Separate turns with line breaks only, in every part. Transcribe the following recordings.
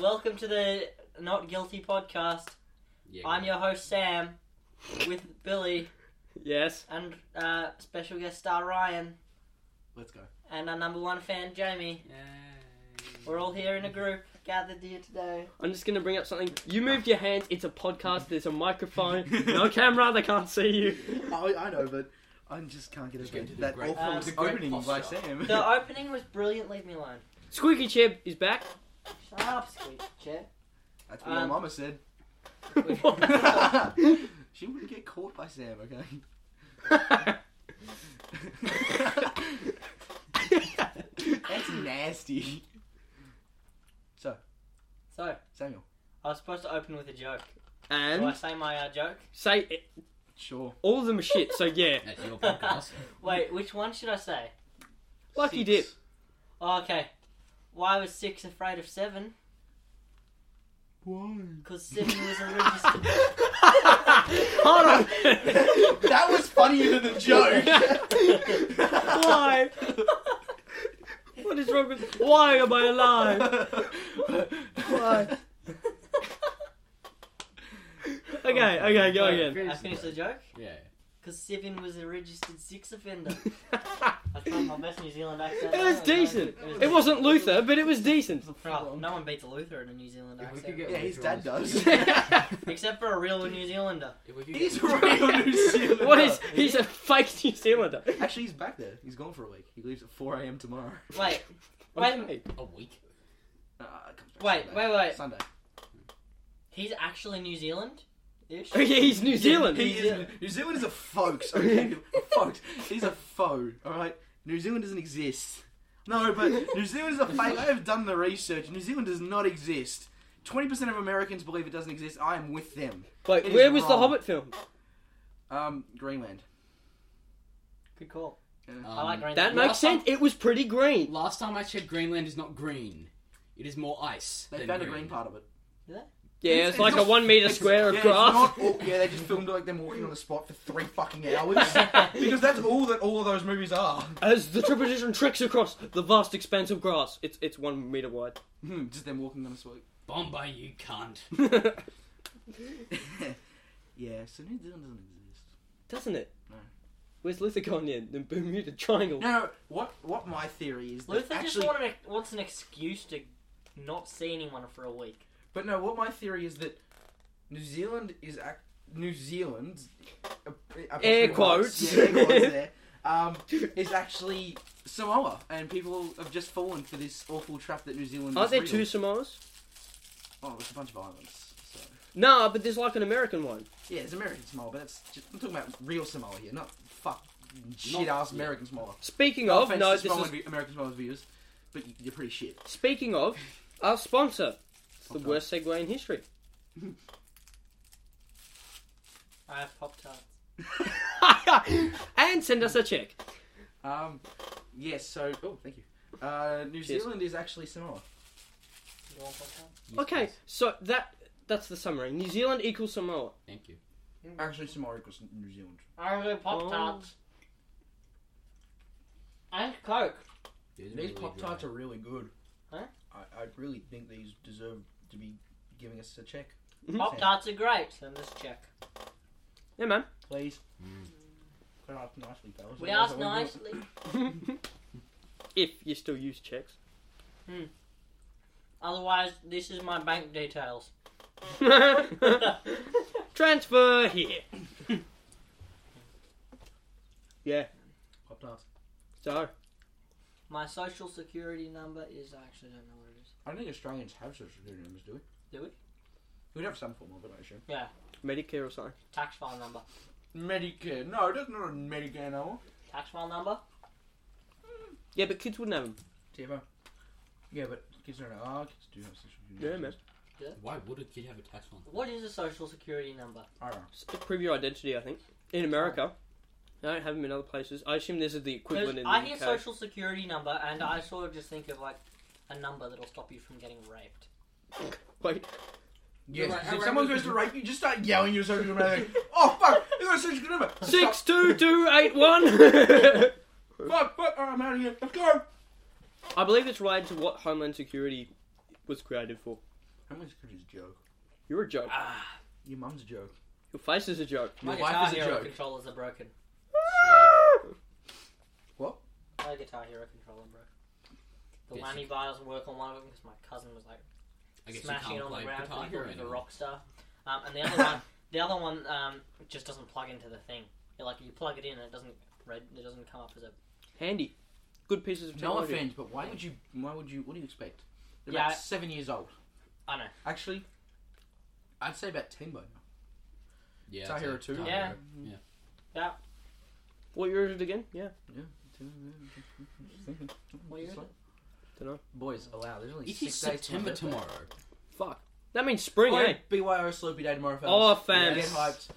Welcome to the Not Guilty podcast.
Yeah,
I'm your host Sam, with Billy
Yes.
and uh, special guest star Ryan
Let's go.
and our number one fan Jamie. We're all here in a group gathered here today.
I'm just gonna bring up something. You moved your hands. It's a podcast. There's a microphone. No camera. They can't see you.
I, I know, but I just can't get
Just
over
going to do
that
great-
awful
Um,
the great
opening by
posture.
Sam.
The opening was brilliant. Leave me alone.
Squeaky Chib is back.
Shut up, squeak chair.
That's what
Um,
my mama said.
What?
she wouldn't get caught by Sam, okay? That's nasty.
So
Samuel,
I was supposed to open with a joke. Do I
and
say my uh, joke?
say it,
sure.
all of them are shit. So yeah,
That's your podcast.
Wait, which one should I say?
Lucky
Six.
Oh, okay. Why was six afraid of seven?
Why?
Because seven was a register.
Hold on.
that was funnier than the joke.
Why? What is wrong with? Why am I alive? Why? Okay, okay, go again.
I finished the joke.
Yeah.
Because seven was a registered six offender.
it
I tried my best New Zealand accent.
was decent. It wasn't Luther, but it was decent.
No, no one beats a Luther in a New Zealand
If we
accent.
could get
Yeah, his
Luther
dad
on this-
does.
Except for a real New Zealander.
If we could
He's
get-
real New Zealander.
What is? He's a fake New Zealander.
Actually, he's back there. He's gone for a week. He leaves at 4 a.m. tomorrow.
Wait, wait, wait,
Okay.
a week.
Uh, comes back
wait,
Sunday.
wait.
Sunday.
He's actually New Zealand? Ish?
Oh, yeah, he's New Zealand.
He
New
is,
Zealand.
New Zealand is a folks. Okay? a folks. He's a foe. All right. New Zealand doesn't exist. No, but New Zealand is a fake. I have done the research. New Zealand does not exist. Twenty percent of Americans believe it doesn't exist. I am with them.
Wait,
It is
where was the
wrong.
Hobbit film?
Um, Greenland.
Good call.
Uh,
I like
Um,
Greenland.
That
Last
makes sense. It was pretty green.
Last time I checked, Greenland is not green. It is more ice.
they
than
found a green part of it.
Yeah,
It's-
it's, like
it's
a one meter
It's-
square
yeah,
of
it's
grass.
not all- yeah, they just filmed like them walking on the spot for three fucking hours because that's all that all of those movies are.
As the trepidation treks across the vast expanse of grass, it's it's one meter wide.
Hmm, just them walking on the spot.
Bombay, you cunt.
yeah, so New Zealand doesn't exist.
Doesn't it?
No.
Where's Luther gone in the Bermuda Triangle?
No, no. What what my theory is that
Luther
actually,
just wanted a, wants an excuse to not see anyone for a week.
but no. What my theory is that New Zealand is ac- New Zealand. uh, uh,
Air
yeah,
quotes.
air quotes there. Um, is actually Samoa, and people have just fallen for this awful trap that New Zealand.
Aren't
is
there
real.
two Samoas?
Oh, it's a bunch of islands. So.
No, but there's like an American one.
Yeah, it's American Samoa, but that's just, I'm talking about real Samoa here, not fuck shit ass
yeah.
American Samoa.
Speaking
No
of,
Oh, offense
no,
to
this
Samoan
is
vi- American Samoa's viewers, but y- you're pretty shit.
speaking of our sponsor. It's the
Okay.
worst segue in history.
I have Pop Tarts.
and send us a check.
Um, yes. So, oh, thank you. Uh, New
Cheers.
Zealand is actually Samoa.
You want Pop Tarts?
Okay,
Yes,
so that that's the summary. New Zealand equals Samoa.
Thank you.
Actually, Samoa equals New Zealand.
I want to Pop Tarts. And Coke.
These
These pop tarts are really good.
Huh?
I, I really think these deserve to be giving us a check,
Pop Tarts are great. Send us a check.
Yeah, man.
please.
Mm.
Can I ask nicely, fellas?
We
Otherwise I
asked
won't do
nicely.
if you still use checks.
Otherwise, this is my bank details.
Transfer here.
it. Pop tarts.
So,
my social security number is I actually don't know what it is.
I don't think Australians have social security numbers, do we?
Do we?
We'd have some form of it, I assume.
Medicare or something.
Tax file number.
Medicare. No, that's not a Medicare number.
Tax file number.
Yeah, but kids wouldn't have them.
TFO. Yeah, but kids don't know. Oh, kids do have social security
Yeah,
numbers.
Why would a kid have a tax on?
What is a social security number?
I don't know.
Just to prove your identity, I think. In America. They don't have them in other places. I assume this is the
'Cause
equivalent in the
I hear
UK.
social security number and I sort of just think of like a number that'll stop you from getting raped.
Wait,
Yes,
Right,
because if
right,
someone
right.
goes to rape you, just start yelling your social number. Like, oh fuck, you got a social number. Stop.
six two two eight one.
Fuck, fuck, oh, I'm out of here. Let's go.
I believe it's related to what Homeland Security was created for.
I'm as good as joke.
You're a joke.
Ah,
Your mum's a joke.
Your face is a joke.
my
Your wife
Guitar
is a
Hero
joke.
controllers are broken.
What?
My Guitar Hero controller broke. The
Yes, you
whammy bar doesn't work on one of them because my cousin was like
I guess
smashing
you
it
can't
on
play
the ground. 'cause
Guitar
he
Hero
thought he was a
anymore.
rock star. Um, and the other one, the other one um, just doesn't plug into the thing. It, like you plug it in and it doesn't red, it doesn't come up as a.
Handy. Good pieces of
No
technology.
offense, but why would you? Why would you? What do you expect? They're
Yeah, I-
about seven years old.
I know.
Actually, I'd say about ten by now.
Yeah,
Guitar
it's a
Hero 2.
Guitar
Yeah.
Hero.
what year is it again? Yeah.
What year is it?
Dunno.
Boys, allow. There's only
It
six
is
days to my
September
birthday.
tomorrow.
Fuck. That means spring, eh?
Oi, BYO Sloopy Day tomorrow,
Oh,
fellas.
fam.
Get hyped.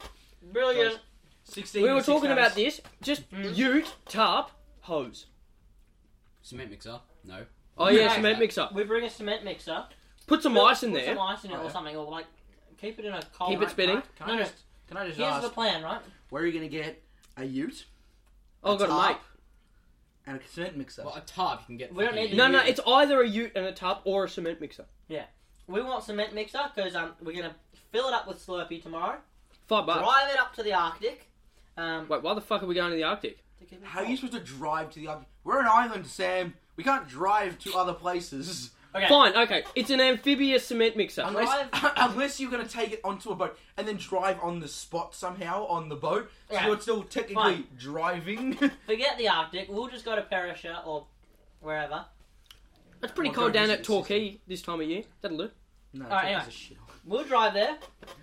Brilliant.
16
We
in
were
six
talking
days.
about this. Just
Mm.
ute, tarp, hose.
Cement mixer? No.
Oh yeah,
Yeah.
cement mixer.
We bring a cement mixer.
Put some
Put-
ice in
put
there.
Some ice in it
Oh,
or
yeah.
something, or like keep it in a cold.
Keep it spinning.
Can
No,
I
no.
just, can I just
Here's
ask,
the plan, right?
where are you going to get a ute?
Oh, got a
tarp,
mate.
And a cement mixer.
Well, a tarp you can get.
We don't
fucking-
need
No, no,
Yeah.
it's either a ute and a tarp or a cement mixer.
We want cement mixer because um, we're gonna fill it up with Slurpee tomorrow.
Five bucks.
drive it up to the Arctic. Um,
Wait, why the fuck are we going to the Arctic?
to keep it
How are
cold.
you supposed to drive to the other... We're an island, Sam. We can't drive to other places.
Okay.
Fine, okay. It's an amphibious cement mixer.
Unless,
Drive-
unless you're going to take it onto a boat and then drive on the spot somehow on the boat. So
Yeah.
you're still technically
Fine.
driving.
Forget the Arctic. We'll just go to Perisher or wherever.
It's pretty
I'll
cold
go
down
visit
at
the sister.
Torquay this time of year. That'll do.
no,
Alright,
Jack
anyway.
is a
We'll drive there.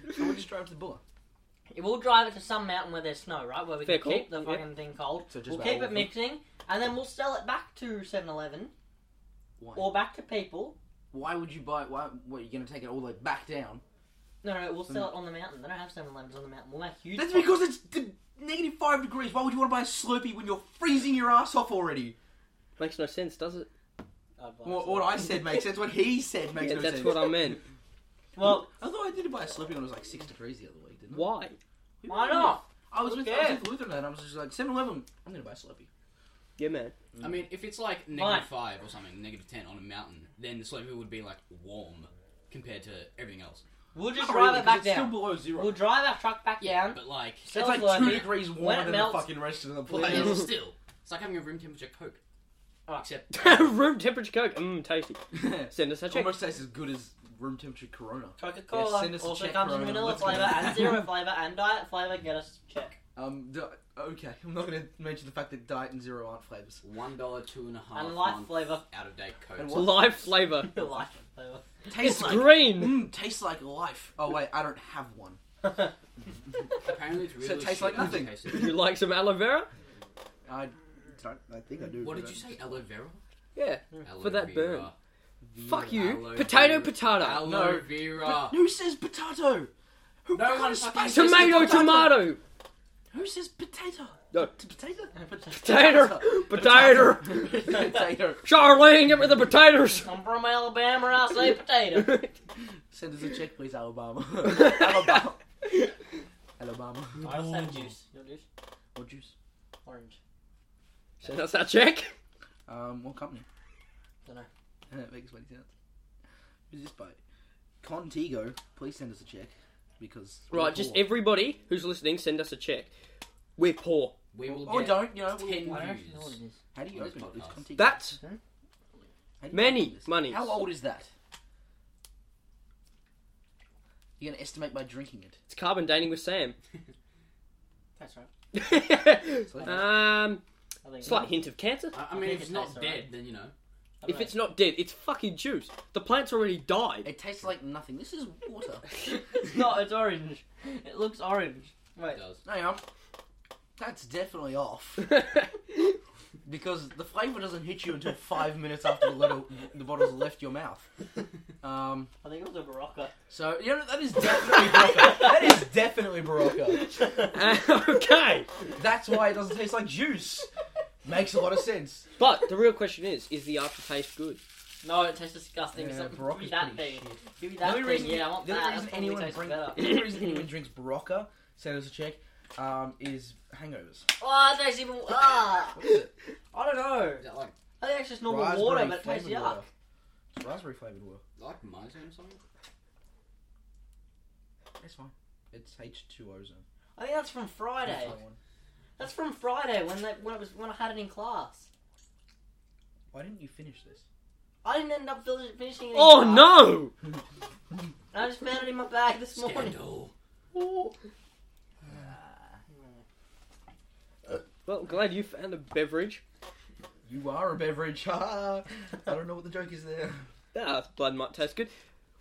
shithole. So we'll just drive to the bullet.
We'll drive it to some mountain where there's snow, right? Where we
Fair
can
call,
keep the
yeah.
fucking thing cold.
So just
we'll
about
keep
all of
it
them.
mixing, and then we'll sell it back to 7-Eleven
Why?
or back to people.
Why would you buy... Why, what, are you going to take it all the way back down?
No, no, we'll sell it on the mountain. They don't have 7-Elevens on the mountain. We'll make huge.
That's
profit.
because it's d- negative five degrees. Why would you want to buy a Slurpee when you're freezing your ass off already?
Makes no sense, does it?
I'd like
What,
to-
what I said makes sense. What he said makes
Yeah,
no
that's
sense.
what I meant.
Well,
I thought I did buy a Slurpee when it was like six degrees the other week, didn't I?
Why?
We
why
were-
not?
I was,
Who
with, I was
cares?
with Luther and I was just like, 7-Eleven, I'm going to buy a Slurpee.
Yeah, man.
I mean, if it's like
Fine.
negative five or something, negative ten on a mountain, then the Slurpee would be like warm compared to everything else.
We'll just
Not
drive
really,
it
'cause
back
it's still
down.
below zero.
We'll drive our truck back down.
But like,
Sell
it's like
Slurpee.
two degrees warmer
it
than
melts-
the fucking rest of the
but it's
place.
still, it's like having a room temperature Coke,
Oh.
except
Room temperature Coke. Mmm, tasty. Send us a
it
check.
almost tastes as good as room temperature Corona. Yeah,
Coca-Cola
send us a
also
check,
comes in
Corona.
vanilla
Let's go.
flavour and zero flavour and diet flavour. Get us a check.
Um, d- okay, I'm not going to mention the fact that diet and zero aren't flavors.
one dollar, two and a half.
And life
month
flavour.
out of date Coke.
And
It's
what?
live flavour.
Your life flavour.
Tastes
It's
like
green.
mm, tastes like life. Oh wait, I don't have one.
Apparently, it's really
So it tastes
shit
like
when you
nothing.
taste
Would you
it.
like some aloe vera?
I, I think I do.
What did you say? Aloe vera.
Yeah.
Aloe
For that
vera.
burn. Fuck you.
Mm, Aloe
Potato,
vera.
potato.
Aloe
No.
vera.
who says potato? Who
Uh, No
what kind
one
of
fucking
space is
Tomato,
potato?
tomato.
Who says potato?
No.
T- potato.
Potato. Potato.
potato.
Charlene, get rid of the potatoes.
I'm from Alabama. I say potato.
Send us a check, please, Alabama. Alabama. Alabama.
I just have juice. Your juice?
What juice?
Orange.
Send us that check.
Um, what company?
Dunno.
That makes twenty cents. Who's this by? Contigo. Please send us a check because we're
Right, just
poor.
everybody who's listening, send us a check. We're poor.
We will
or
get
Oh, don't you know? we'll-
ten
I don't actually know what
views.
it is.
How do you
on this
open it? It's
podcast.
Contigo.
That's
How do you
Many
open this?
monies.
How old is that? You're gonna estimate by drinking it.
it's carbon dating with Sam.
That's right.
um,
I think
slight hint of cancer.
I, I
I
mean,
think
if
it
it's not
tastes
dead,
alright.
then you know.
I don't
If it's not dead, it's fucking juice. The plant's already died.
It tastes like nothing. This is water.
know. it's not. It's orange. It looks orange. Wait.
It does.
Hang on. That's definitely off because the flavour doesn't hit you until five minutes after the little the bottle's left your mouth. Um,
I think it was a Barocca.
so you know that is definitely Barocca. that is definitely Barocca.
Uh, okay,
That's why it doesn't taste like juice. Makes a lot of sense.
but the real question is: Is the aftertaste good?
no, it tastes disgusting.
Yeah,
so give me
Barocca's
that
pretty
thing.
shit.
Give me
The
that
only
thing.
reason,
yeah, I want
the
that.
only
That's
reason
probably
anyone
tastes
drink,
better.
the only reason anyone drinks Barocca, send us a check, um, is hangovers.
Oh, it tastes even. Ah,
What is it?
I don't know.
Is that like
I think it's just normal water, but it tastes
flavoured
yuck.
It's raspberry flavored water.
like miso or something?
It's fine.
It's H2 ozone.
I think that's from Friday. That's from Friday when they, when it was when I had it in class.
Why didn't you finish this?
I didn't end up fili- finishing it. in
Oh
class.
no!
I just found it in my bag this morning.
Scandal.
Uh, Well, glad you found a beverage.
You are a beverage. Ha! I don't know what the joke is there.
Ah, blood might taste good.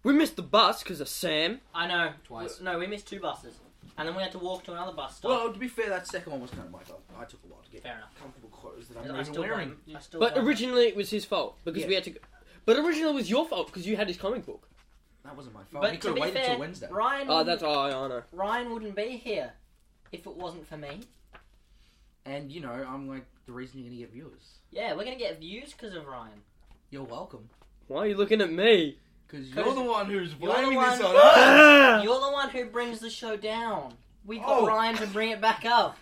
We missed the bus because of Sam.
I know.
Twice.
No, we missed two buses, and then we had to walk to another bus stop.
Well, to be fair, that second one was kind of my fault. I took a while to get
Fair enough.
comfortable clothes that
I
I'm not even
still
wearing.
blame- I still
But
blame-
originally it was his fault because we had to. But originally it was your fault because you had his comic book.
That wasn't my fault.
But
we
to
could've
be
waited till
fair,
Wednesday.
Ryan.
Oh,
wouldn't-
that's oh, I know.
Ryan wouldn't be here if it wasn't for me.
And you know, I'm like the reason you're gonna get viewers.
Yeah, we're gonna get views because of Ryan.
You're welcome.
Why are you looking at me?
Because
Cause
you're the one who's
the
blaming this
one-
on us.
Ah!
You're the one who brings the show down. We got
Oh.
Ryan to bring it back up.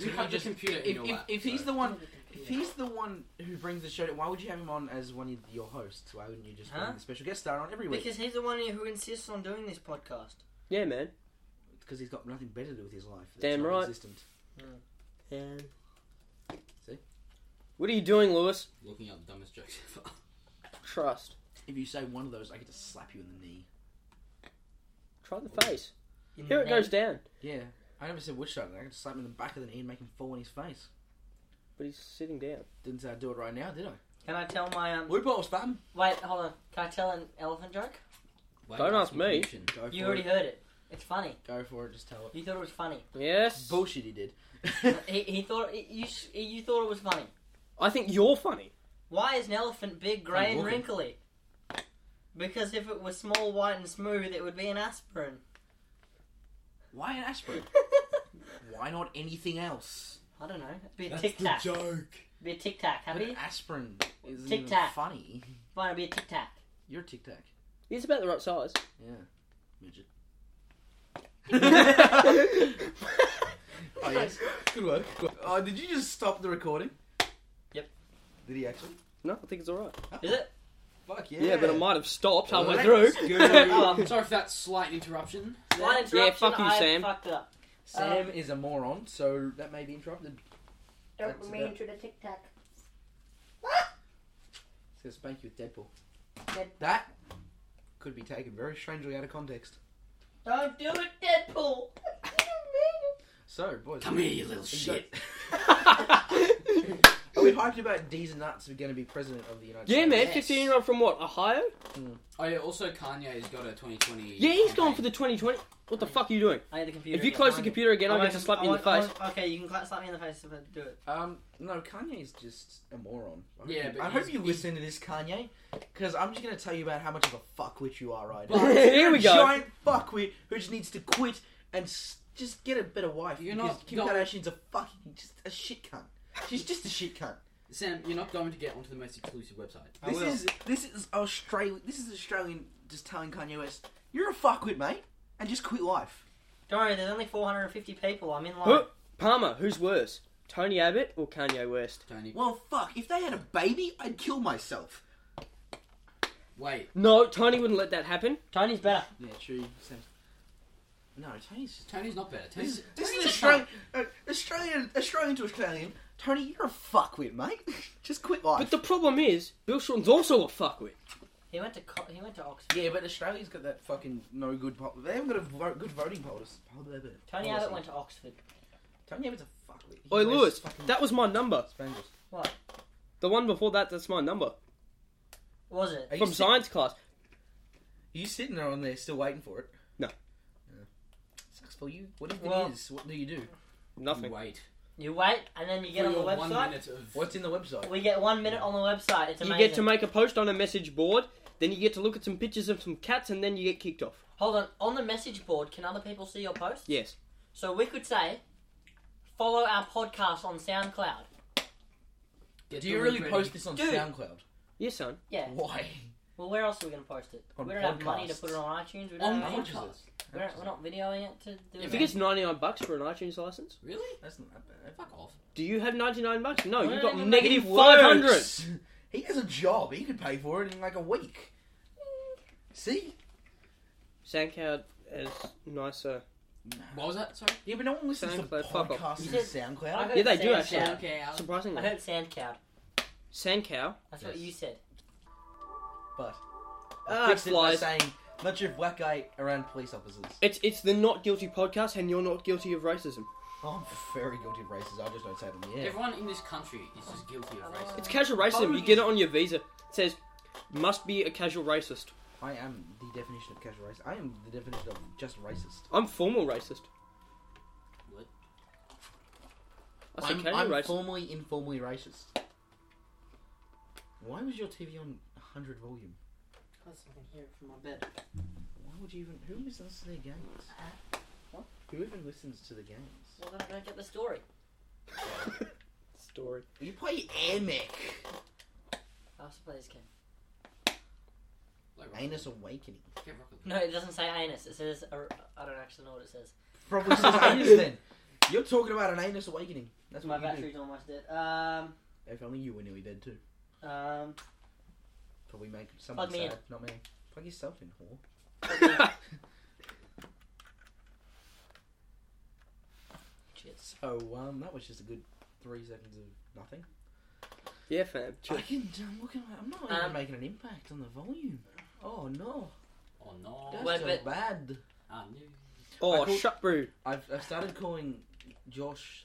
You have the computer in
If,
your
if,
lap,
if he's
so-
the one, if he's the one who brings the show, why would you have him on as one of your hosts? Why wouldn't you just
Huh?
bring the special guest star on every week?
Because he's the one who insists on doing this podcast.
yeah, man.
Because he's got nothing better to do with his life. that's
Damn
not
right.
Existent.
What are you doing, Lewis?
Looking up the dumbest jokes ever.
Trust.
If you say one of those, I get to slap you in the knee.
Try the face.
In
Here
the
it goes
name-
down.
Yeah, I never said which side. I get to slap him in the back of the knee and make him fall on his face.
But he's sitting down.
Didn't say I'd do it right now, did I?
Can I tell my um?
Loophole was fun.
Wait, hold on. Can I tell an elephant joke?
Why
Don't
did you
ask me.
permission?
Go for
You already
it.
heard it. It's funny.
Go for it. Just tell it.
You thought it was funny.
Yes.
Bullshit. He did.
he, he thought you sh- you thought it was funny.
I think you're funny.
Why is an elephant big, grey,
I'm
and
walking.
wrinkly? Because if it was small, white, and smooth, it would be an aspirin.
Why an aspirin? Why not anything else?
I don't know. It'd be a tic tac.
joke.
Be a tic tac.
But
Happy?
an aspirin isn't
Tic
even
Tac.
funny.
Fine, it'd be a tic tac.
You're a tic tac.
He's about the right size.
Yeah. Midget.
Oh, yes. Good work. Good work.
Oh, did you just stop the recording?
Yep.
Did he actually?
No, I think it's alright.
Is it?
Fuck yeah.
Yeah, but I might have stopped halfway
Let's
through. Oh.
go.
Um, Sorry for that slight interruption.
Slight interruption.
Yeah, fuck you,
I
Sam.
fucked it up.
Sam is a moron, so that may be interrupted. Don't That's mean about-
to the tic tac.
He's gonna spank you with Deadpool.
Dead-
That could be taken very strangely out of context.
Don't do it, Deadpool.
So, boys.
Come here, you little
we
shit.
got- Are we hyped about D's and Nuts are going to be president of the United
Yeah,
States?
man.
Yes.
15 year old from what? Ohio?
Oh yeah, also Kanye's got a 2020.
Yeah, he's gone for
campaign.
the 2020. What the fuck are you doing?
I need the computer.
If you
again.
close the
Mind
computer
it.
again,
I
I'm going
want-
to slap
I
you in
want-
the
I
face.
want- Okay, you can cla- slap me in the face if I do it.
Um, no, Kanye's just a moron. I hope
Yeah,
you-
but
I hope
he's-
you
he's-
listen to this, Kanye, because I'm just gonna tell you about how much of a fuckwit you are right now.
But-
Here we
You're a
go.
Giant fuckwit who just needs to quit and s- just get a better wife.
You're
because
not-
Kim
not-
Kardashian's a fucking just a shit cunt. She's just a shit cunt.
Sam, you're not going to get onto the most exclusive website.
I
This
will.
is this is Australian. This is Australian just telling Kanye West, "You're a fuckwit, mate, and just quit life."
Don't worry, there's only 450 people. I'm in line.
Who? Palmer, who's worse? Tony Abbott or Kanye West?
Tony,
Well, fuck. If they had a baby, I'd kill myself.
wait.
No, Tony wouldn't let that happen.
Tony's better.
Yeah, true. Sam. No, Tony's
Tony's not better.
This,
Tony's,
this
Tony's
is Australian, uh, Australian, Australian to Australian. Tony, you're a fuckwit, mate. Just quit life.
But the problem is, Bill Shorten's also a fuckwit.
He went to co- he went to Oxford.
yeah, but Australia's got that fucking no good. Po- they haven't got a vo- good voting polis. policy.
Tony Abbott went to Oxford.
Tony Abbott's a fuckwit. He
Oi,
plays
Lewis,
fucking
that was my number.
Spangles.
The one before that, that's my number.
Was it?
Are you
From
sit-
science class.
Are you sitting there on there still waiting for it?
No.
Yeah. Sucks for you. What if
Well-
it is? What do you do?
Nothing.
Wait.
You wait, and then you get
For
on the
your One
website.
minute of
What's in the website?
We get one minute on the website. It's
You
amazing.
get to make a post on a message board, then you get to look at some pictures of some cats, and then you get kicked off.
Hold on. On the message board, can other people see your posts?
Yes.
So we could say, follow our podcast on SoundCloud.
Get
Do you
the
really
ready.
post this on
Dude.
SoundCloud?
Yes, son.
Yeah.
Why?
Well, where else are we going to post it?
On
we don't have money to
podcasts.
put it on iTunes. We
on
don't have any-
podcast?
we're, not, we're not videoing it to do
Yeah,
it.
If he gets 99 bucks for an iTunes license,
Really?
That's not that bad.
Fuck off.
do you have 99 bucks? No,
Well,
you
it
got
doesn't
negative
He
500.
works. He has a job. He could pay for it in like a week. See?
SoundCloud as nicer.
What was that? Sorry.
Yeah, but no one listens
SoundCloud,
to
fuck off.
podcasts
You
and
I
SoundCloud.
heard
Yeah, they do,
sand
actually.
cow.
Okay. I'll...
I
Surprisingly,
heard sand cow.
sand cow.
That's what
Yes.
you said.
But
Ah,
fixed it by
flies.
saying much of whack guy around police officers.
It's it's the not guilty podcast, and you're not guilty of racism.
I'm very guilty of races. I just don't say them. Yeah.
Everyone in this country is just guilty of racism.
It's casual racism. You get it on your visa. It says must be a casual racist.
I am the definition of casual racist. I am the definition of just racist.
I'm formal racist.
What?
I said
I'm,
casual
I'm
racist.
formally, informally racist. Why was your TV on 100 volume?
I can hear it from my bed.
Why would you even? Who listens to their games?
Uh, What?
Who even listens to the games?
Well, then I don't get the story.
Story.
You play Amic.
I also play this game.
Like,
Anus Awakening.
get Rocket League.
No, it doesn't say anus. It says a- I don't actually know what it says.
Probably says Anus then. You're talking about an Anus Awakening. That's
my
what you
battery's almost dead. Um,
do. If only you were nearly dead too.
um,
Probably make someone
Plug me
sad.
in.
Not me. Plug yourself in, whore.
cheers.
So um, that was just a good three seconds of nothing.
yeah, fam.
I can. I'm looking. at- I'm not
Um,
even making an impact on the volume. Oh no,
Oh no.
that's
Wait,
so
but-
bad.
I knew.
Oh,
I call-
shut brew.
I've, I've started calling Josh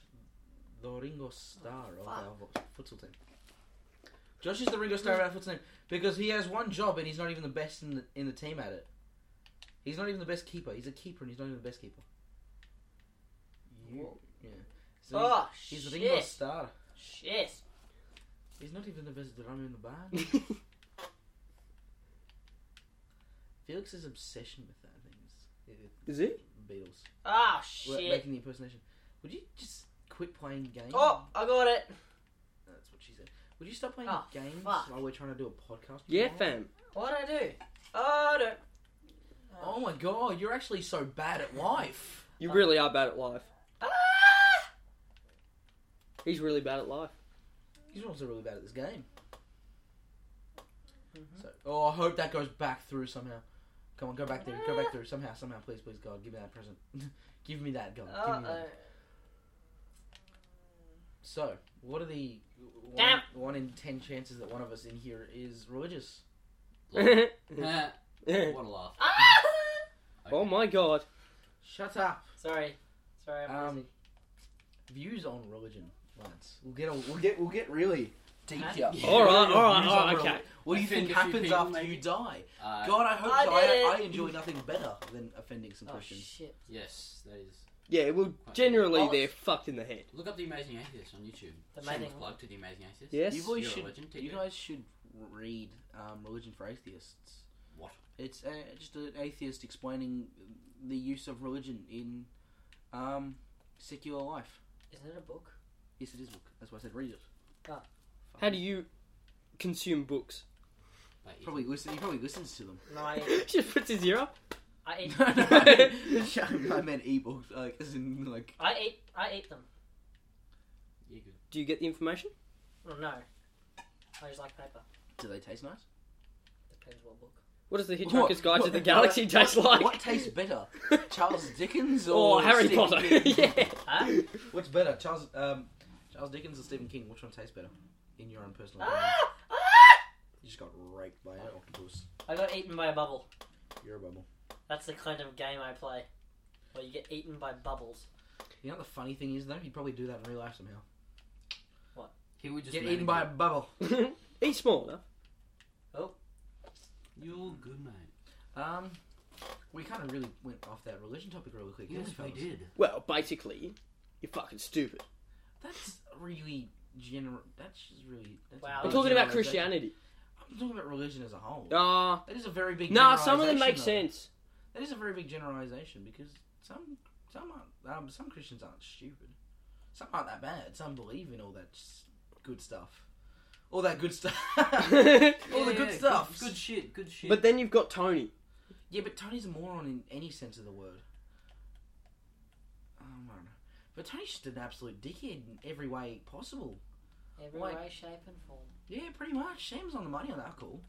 the Ringo Star of our vo- futsal team. Josh is the Ringo Star of our futsal team because he has one job and he's not even the best in the, in the team at it. He's not even the best keeper. He's a keeper and he's not even the best keeper. You,
Whoa.
yeah. So
Oh
he's, he's the Ringo
shit!
Star.
Shit!
He's not even the best drummer in the band.
That's
Felix's obsession with that thing is,
Is it?
Beatles.
Ah
We're
shit!
making the impersonation. Would you just quit playing games?
Oh, I got it.
That's what she said. Would you stop playing
Oh,
games
fuck.
while we're trying to do a podcast?
Yeah, fam.
What would I do? Oh, no.
Oh my god, you're actually so bad at life.
You really are bad at life.
Ah!
He's really bad at life.
You're also really bad at this game. So, oh, I hope that goes back through somehow. Come on, go back there, go back through somehow, somehow. Please, please, God, give me that present. give me that, God. Give me
Uh-oh.
that. So, what are the one,
Damn.
one in ten chances that one of us in here is religious?
Lol. Heh, what a laugh.
Ah!
oh my god.
Shut up.
Sorry, sorry. I'm
Um,
busy.
Views on religion, lads. We'll get on, we'll get we'll get really deep
Huh?
here.
Yeah.
All right,
Views
all right,
on
all right,
religion.
okay.
What do
I
you
think
think,
a few
happens
people
after
maybe-
you die?
Uh,
God, I hope
I
so.
did
I,
it.
I enjoy nothing better than offending some
Oh
Christians.
shit!
Yes, that is.
Yeah, well, generally
Oh,
they're
it's-
fucked in the head.
Look up the Amazing Atheist on YouTube.
The
Shameless
Amazing-
plug to the Amazing Atheist.
Yes.
You boys
Your
should.
religion,
You
TJ?
guys should read um, Religion for Atheists.
What?
It's uh, just an atheist explaining the use of religion in um, secular life.
Isn't it a book?
Yes, it is a book. That's why I said read it. Ah.
How do you consume books?
By Ethan.
Probably listen. He probably listens to them.
No, I,
Just puts his ear up.
I ate.
no, no, I meant, I meant ebooks, like as in like.
I ate. I ate them.
Yeah, good.
Do you get the information?
Well, Oh, no, I just like paper.
Do they taste nice?
Depends what book.
What does the
What-
Hitchhiker's Guide to
what-
the Galaxy
what-
taste
what-
like?
What tastes better, Charles Dickens or,
or Harry
Stephen
Potter?
King?
yeah.
Huh?
What's better, Charles um, Charles Dickens or Stephen King? Which one tastes better, in your own personal opinion?
Ah! Ah!
You just got raped by an octopus.
I got eaten by a bubble.
You're a bubble.
That's the kind of game I play, where you get eaten by bubbles.
You know what the funny thing is though? He'd probably do that in real life somehow.
He would just
Get
manage
eaten by a
it.
bubble.
He's small enough.
You're good, mate.
Um, we kind of really went off that religion topic really quick.
Yes, we
fellas.
did.
Well, basically, you're fucking stupid.
That's really general. That's just really. That's a
Wow.
big
I'm talking about
generalization.
Christianity.
I'm talking about religion as a whole.
Ah,
That is a very big.
nah, some of them make
generalization, though.
sense.
That is a very big generalization because some some aren't, um, some Christians aren't stupid. Some aren't that bad. Some believe in all that s- good stuff. All that good stuff.
but
all the
Yeah,
good stuff.
Good, shit. Good shit.
then you've got Tony.
Yeah, but Tony's a moron in any sense of the word. Um, I don't know. But Tony's just an absolute dickhead in every way possible.
Every
Like-
way, shape, and form.
Yeah, pretty much. Sam's on the money on that call.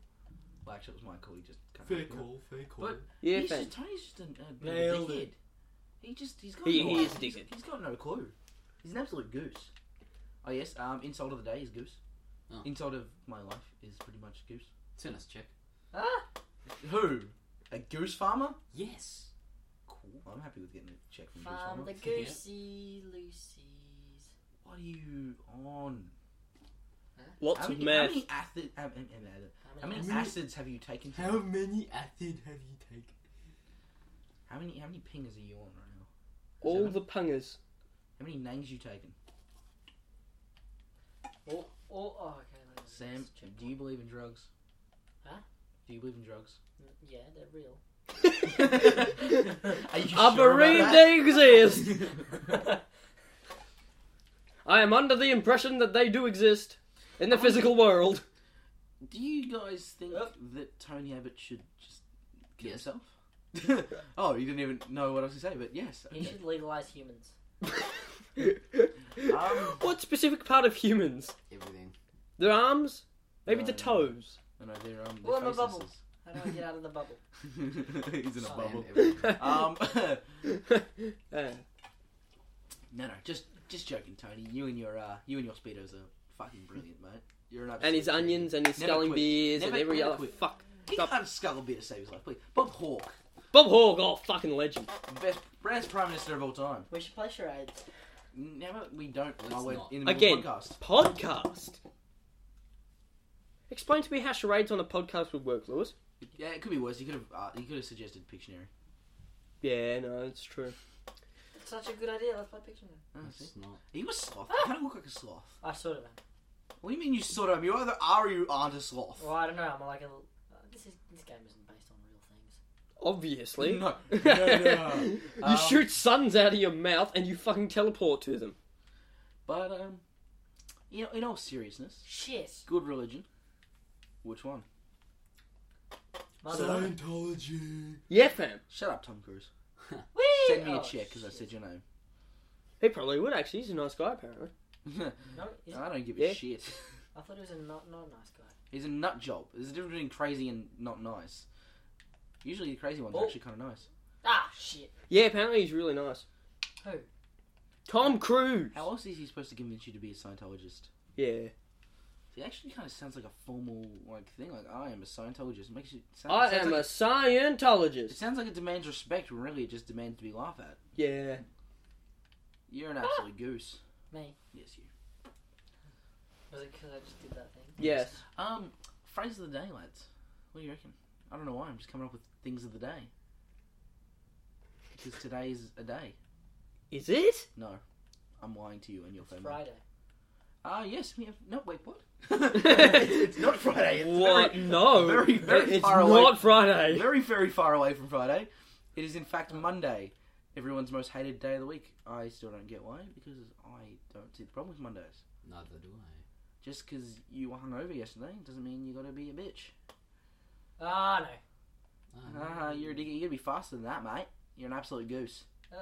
Well, actually, it was my call. He just kind
Fair call, fair call.
But-
Yeah,
he's
fair.
just, Tony's just a, a bit
Nailed
of a dickhead.
it.
He just he's got
He-
no
he
idea.
is a
He's-
dickhead.
he's got no clue. He's an absolute goose. Oh yes, um, insult of the day is goose.
Oh.
Insult of my life is pretty much goose.
Send us a check.
Ah, who? A goose farmer?
Yes.
Cool. I'm happy with getting a check from goose
From
farmer.
the
Yeah.
Goosey Lucy's.
What are you on?
Lots
how
of
many,
meth.
How many, acid, um, um, um, uh, how many
many-
acids have you taken? to-
many acid have you taken?
How many how many pingers are you on right now?
All
Seven.
the pungers.
How many nangs you taken?
Oh, oh, oh, okay. let me
Sam,
just check
do you believe in drugs?
Huh?
Do you believe in drugs?
one. Yeah, they're real.
Are you
I
sure
believe
about
they exist.
that?
I am under the impression that they do exist in the physical world.
Do you guys think
Yep.
that Tony Abbott should just kill
Yes.
himself?
oh, you didn't even know what I was going to say, but yes.
You should legalize humans.
Um,
what specific part of humans?
Everything.
Their arms? Maybe the
No.
toes.
I know they're um.
Well, I'm
they're
a bubble. How do I get out of the bubble?
He's in a
Slam
bubble.
Um,
Yeah.
no, no, just just joking, Tony. You and your uh, you and your speedos are fucking brilliant, mate. You're an
and
absolute
his
brilliant.
onions and his
Never
sculling
quit.
beers and
Never-
every
never
other
quit.
fuck.
He
Stop.
can't scull a beer to save his life, please. Bob Hawke,
Bob Hawke, oh fucking legend.
best Brand's prime minister of all time.
We should play charades.
Never, we don't.
Let's
while we're
not.
in the middle
Again.
of the podcast.
Podcast. Explain to me how charades on a podcast would work, Lewis.
Yeah, it could be worse. You could have uh, you could have suggested Pictionary.
Yeah, no, it's true.
It's such a good idea. Let's play Pictionary.
Oh, see?
It's not.
Are you a sloth? You kind of look like a sloth.
I sort of am.
What do you mean you sort of? You either are or you aren't a sloth.
Well, I don't know. I'm like a. Uh, this is this game isn't based on real things.
Obviously.
No, no, no.
you
Um,
shoot suns out of your mouth and you fucking teleport to them.
But um, you know, in all seriousness,
Shit.
good religion. Which one?
Mother. Whee!
Scientology.
Yeah, fam.
Shut up, Tom Cruise. Send me a
Oh,
check because I said
shit.
your name.
He probably would actually. He's a nice guy, apparently.
No, is it?
I don't give
Yeah.
a shit.
I thought he was a not not nice guy.
He's a nut job. There's a difference between crazy and not nice. Usually the crazy one's are
Oh.
actually kind of nice.
Ah shit.
Yeah, apparently he's really nice.
Who?
Tom Cruise.
How else is he supposed to convince you to be a Scientologist?
Yeah.
It actually kind of sounds like a formal like thing. Like I am a Scientologist. It makes you. Sound,
I
it sounds
am a
like, It
Scientologist.
sounds like it demands respect. When really, it just demands to be laughed at.
Yeah.
You're an absolute goose.
Me.
Yes, you.
Was it because I just did that thing?
Yes.
Um, phrase of the day, lads. What do you reckon? I don't know why. I'm just coming up with things of the day. Because today is a day.
Is it?
No, I'm lying to you and your
It's
family.
Friday.
Ah, yes. We have no. Wait, what?
it's not Friday. It's
What?
Very,
no.
very, very
it's
far away.
not Friday.
very, very far away from Friday.
It is in fact Monday. Everyone's most hated day of the week. I still don't get why because I don't see the problem with Mondays.
Neither do I.
Just because you were hungover yesterday doesn't mean you got to be a bitch.
Ah no.
Ah, you're a digger. You gotta be faster than that, mate. You're an absolute goose.
Uh.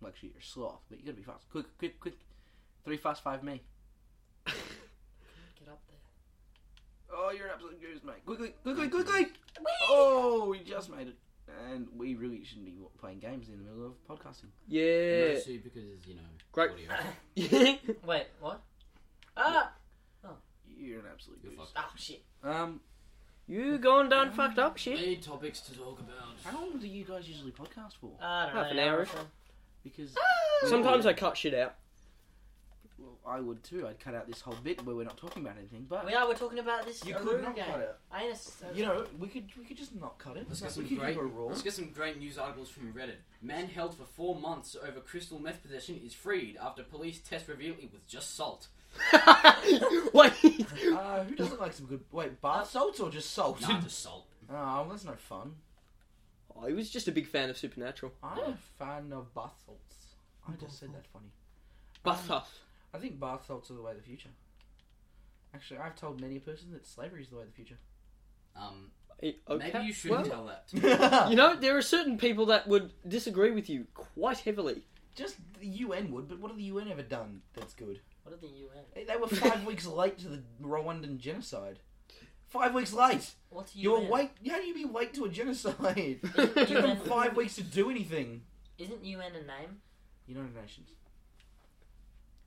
Well, actually, you're a sloth, but you gotta be fast. Quick, quick, quick. Three fast, five me.
Get up there.
Oh, you're an absolute goose, mate. Quick, quick, quick, quick, quick, quick. Oh, we just made it. And we really shouldn't be playing games in the middle of podcasting.
Yeah.
No, Sue, because you know.
Great.
Audio.
Wait, what? Ah!
You're an absolute
You're
goose.
fucked.
Oh shit.
Um,
you gone down fucked up shit.
Any topics to talk about?
how long do you guys usually podcast for?
I don't know.
Half an
yeah,
hour.
so-
Because
Oh!
Sometimes I cut shit out.
well, I would too. I'd cut out this whole bit where we're not talking about anything. But
We are. We're talking about this.
you
Aru
could not
game.
cut it.
I understand.
You know, we could we could just not cut it.
Let's
we
get some
could
great.
do a raw.
Let's get some great news articles from Reddit. Man held for four months over crystal meth possession is freed after police test reveal it was just salt.
Wait.
Uh, who doesn't like some good wait bath salts or just salt?
Not just salt.
Oh, that's no fun.
I was just a big fan of Supernatural.
I'm a fan of bath salts. I just said that funny.
But uh,
I think bath salts are the way of the future. Actually, I've told many a person that slavery is the way of the future.
Um,
it- Eh, okay.
maybe you shouldn't
well,
tell that.
you know, there are certain people that would disagree with you quite heavily.
Just the UN would, but what have the UN ever done that's good? Eh,
What are the UN?
They- They were five weeks late to the Rwandan genocide. Five weeks late.
What's
You were
UN?
wait. How do you be late to a genocide?
Isn't
It took them
UN
five weeks to do anything.
Isn't UN a name?
United Nations.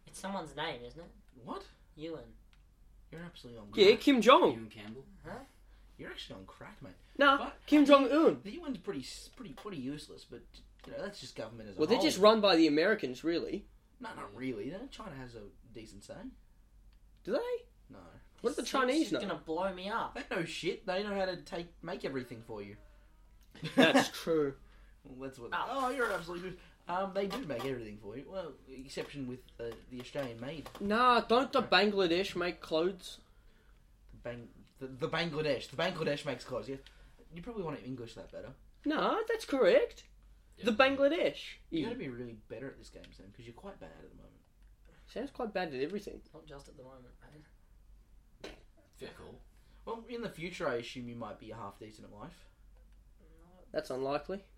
It's someone's name, isn't it?
What?
UN.
You're absolutely on. Crack.
Yeah, Kim Jong.
Ewan Campbell.
You're actually on crack, mate.
Nah,
But-
Kim Jong Un.
The UN's pretty, s- pretty, pretty useless. But you know, that's just government as a
Well,
Oh.
they're
whole.
just run by the Americans, really.
No, not really. No, China has a decent say.
Do they?
No,
What do the
This-
Chinese
This is
know?
gonna blow me up.
they know shit. They know how to take make everything for you.
That's true.
Well, that's what.
Ow.
Oh, you're absolutely good. Um, they do make everything for you. Well, exception with uh, the Australian made
Nah, don't the Bangladesh make clothes?
the bang the, the Bangladesh. The Bangladesh makes clothes. Yeah, you probably want to English that better.
Nah, that's correct. The Bangladesh.
You're gonna be really better at this game, Sam, because you're quite bad at the moment.
Sounds quite bad at everything.
Not just at the moment, man.
Fair call.
Well, in the future, I assume you might be half decent at life.
That's unlikely.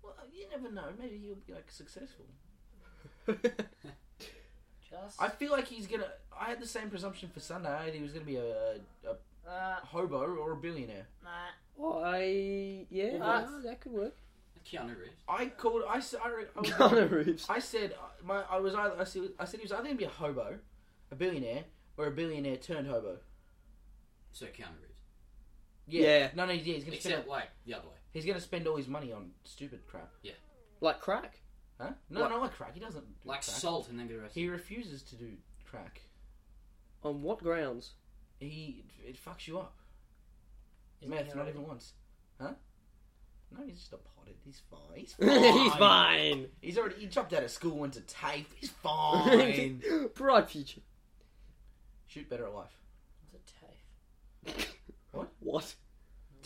Well, uh, you never know. Maybe you'll be like successful.
Oh,
Just.
I feel like he's gonna. I had the same presumption for Sunday. I had he was gonna be a, a
Uh,
hobo or a billionaire.
nah.
Oh, I yeah,
Alright.
no, that could work.
Keanu Reeves.
I called. I s- I, re- I was-
Keanu Reeves.
I said uh, my I was either I said, I said he was either gonna be a hobo, a billionaire, or a billionaire turned hobo.
So Keanu Reeves.
Yeah.
No, no, yeah, he's gonna spend,
Except like the other way.
he's gonna spend all his money on stupid crap.
Like crack.
Huh? No,
Like-
no, like crack. He doesn't do
Like
crack.
salt and then get arrested.
He refuses to do crack.
On what grounds?
He it fucks you up.
Isn't
Meth,
he
not
already-
even once. Huh? No, he's just a potted. He's fine. He's
He's
fine.
fine.
He's already he jumped out of school, went to TAFE. He's fine.
Bright future.
Shoot better at life.
What's a TAFE?
What?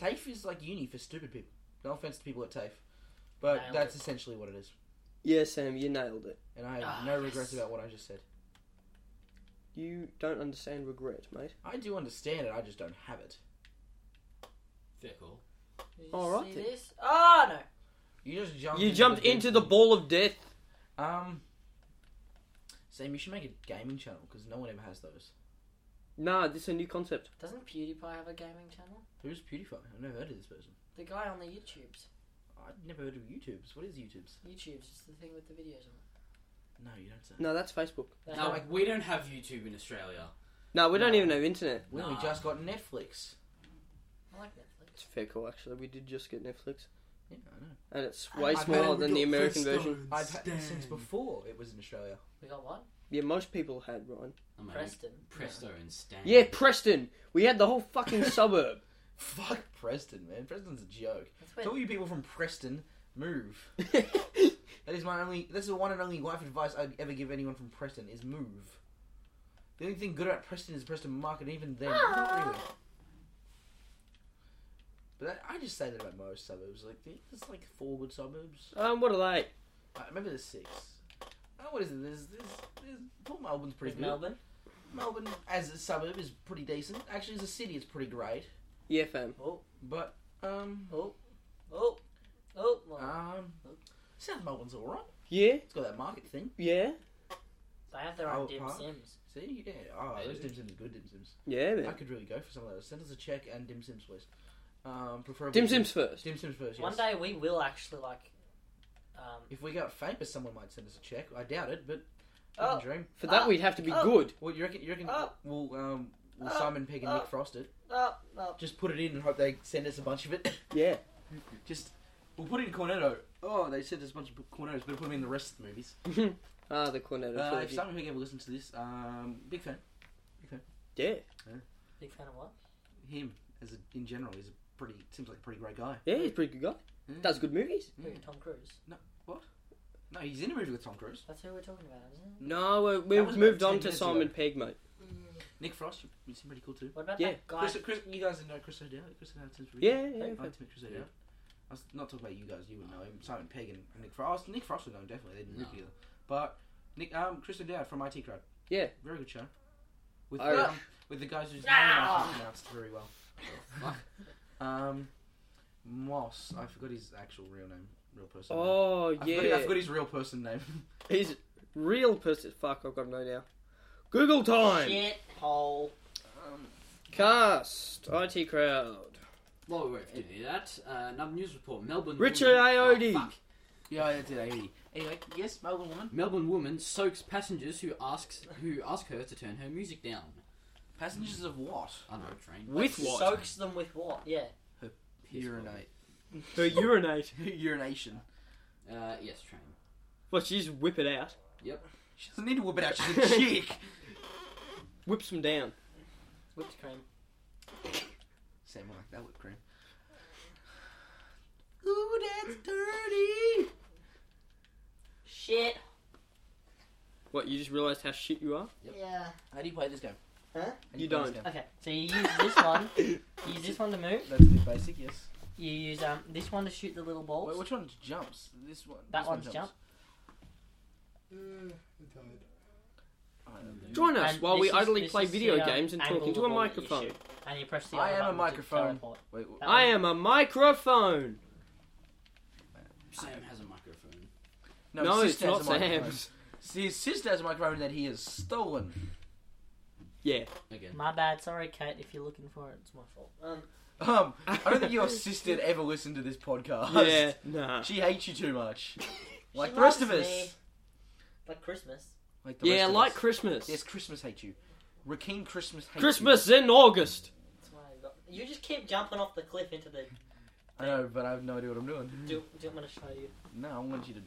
TAFE is like uni for stupid people. No offense to people at TAFE, but
Nailed
that's
it.
essentially what it is.
Yeah, Sam, you nailed it.
And I have
Ah,
no
yes.
regrets about what I just said.
You don't understand regret, mate.
I do understand it, I just don't have it.
Fair call.
Did you
Alright
see
then.
this? Oh no.
You just jumped.
You jumped into the
deep
ball of death.
end. Um, Sam, you should make a gaming channel because no one ever has those.
Nah, this is a new concept.
Doesn't PewDiePie have a gaming channel?
Who's PewDiePie? I've never heard of this person.
The guy on the YouTubes.
I've never heard of YouTubes. What is YouTubes?
YouTubes. It's the thing with the videos on.
No, you don't say.
No, that's Facebook.
It.
No, like we don't have YouTube in Australia.
No, we don't
No.
even have internet.
Well,
Nah.
we just got Netflix.
I like Netflix.
It's fair call, actually. We did just get Netflix,
Yeah, I know.
and it's way
I've
smaller than the American version.
I've had this since before it was in Australia.
We got what?
Yeah, most people had Ryan.
I'm a-
Preston.
Presto and Stan.
Yeah, Preston. We had the whole fucking suburb.
Fuck Preston, man. Preston's a joke.
That's
To all
when
you people from Preston, move. That is my only. That's the one and only life advice I'd ever give anyone from Preston is move. The only thing good about Preston is Preston Market. and Even then, not really. But that, I just say that about most suburbs. Like there- there's like four good suburbs.
um, what are they?
I remember there's six. Oh, what is it? There's there's, there's Port Melbourne's pretty
with
good.
Melbourne.
Melbourne as a suburb is pretty decent. Actually, as a city, it's pretty great.
Yeah, fam.
Oh,
But um
oh, oh, oh. Well,
um South Melbourne's alright.
Yeah,
It's got that market thing.
yeah,
they have their own
Albert
dim
Park?
sims.
See, yeah. Oh,
Yeah,
those
dude.
dim sims are good dim sims.
yeah,
I
man.
could really go for some of those. Send us a check and dim sims, please. Um, preferably
Dim Sims first.
Dim sims first. Yes.
One day we will actually like. Um,
if we got famous, someone might send us a check. I doubt it, but
Oh.
oh. dream.
For that,
Ah.
we'd have to be
Oh.
good.
Well, you reckon? You reckon?
Oh.
We'll um, will
Oh.
Simon Pegg and
Oh.
Nick Frost it.
oh, oh.
Just put it in and hope they send us a bunch of it.
Yeah.
Just we'll put it in Cornetto. Oh, they sent us a bunch of Cornettos, but put them in the rest of the movies.
ah, the Cornetto.
Uh, if
trilogy.
Simon Pegg ever listens to this, um, big fan.
yeah,
Big fan of what?
Him as a, in general, he's a pretty seems like a pretty great guy.
yeah, he's a pretty good guy.
Yeah.
Does good movies.
Yeah.
Who, Tom Cruise.
No, he's in a movie with Tom Cruise.
That's who we're talking about, isn't
No, we-
That
we've
was about
moved
10
on to
minutes
Simon
ago.
Pegg, mate.
it?
Nick Frost, you, you seem pretty cool too.
What about
Yeah.
that guy?
Hmm. Chris, Chris, you guys know Chris O'Dowd? Chris O'Dowd seems pretty
Yeah,
cool.
yeah,
I
yeah.
like to meet Chris O'Dowd. I was not talking about you guys. You would know him. Simon Pegg and Nick Frost. Oh, Nick Frost would know him definitely. They didn't
No.
live together. But Nick, um, Chris O'Dowd from IT Crowd.
Yeah.
very good show. With
Irish.
um, with the guys whose name
Ah!
I can't pronounce very well. Um, Moss. I forgot his actual real name. Real person. name.
Oh
I
yeah,
Forgot, I forgot his real person name.
he's real person. Fuck, I've got no now. Google time.
Shit hole.
um,
Cast, IT crowd.
Well, we won't do that. Uh, another news report. Melbourne.
Richard
woman-
Ayoade.
Oh, fuck.
Yeah, that's it, Amy. Anyway, yes, Melbourne woman.
Melbourne woman soaks passengers who asks who ask her to turn her music down.
Passengers of what?
I don't know, train.
With what?
Soaks them with what? Yeah.
Piss
Urinate.
Her urinate.
Urination.
off. Uh, yes, train.
Well, she just whip it out.
She doesn't need to whip it out. She's a chick.
Whips them down.
Whipped cream.
Same like that whipped cream. Ooh, that's dirty.
Shit.
What, you just realised how shit you are?
Yep.
Yeah.
How do you play this game?
Huh?
How do
You
play
don't.
this game?
Okay, so you use this one. You use this one to move.
That's a bit basic, yes.
You use um this one to shoot the little balls.
Wait, which one jumps? This one.
that
this
one's
one
jump.
jumps.
Uh,
I don't know.
Join us
And
while we
this is-
idly
this
play
is the,
video
um,
games and talk
angle
into
the
a
ball that you
microphone.
shoot. And you press the other
I am a
button to
microphone.
teleport.
Wait, wh-
That
I
one.
am a microphone.
Sam has a microphone.
No,
his
it's
sister has
not
a microphone.
Sam's.
See, his sister has a microphone that he has stolen.
Yeah.
Again.
My bad. Sorry, Kate. If you're looking for it, it's my fault. Um,
Um, I don't think your sister had ever listened to this podcast.
Yeah. Nah.
She hates you too much. Like
She
the rest of
loves
us.
me. like Christmas.
Like the
Yeah,
rest of
like
us.
Christmas.
Yes, Christmas hates you. Rakeem Christmas hates
Christmas in August.
That's why I got. You just keep jumping off the cliff into the.
you. I know, but I have no idea what I'm doing.
Do, do you want me to show you?
No, I want you to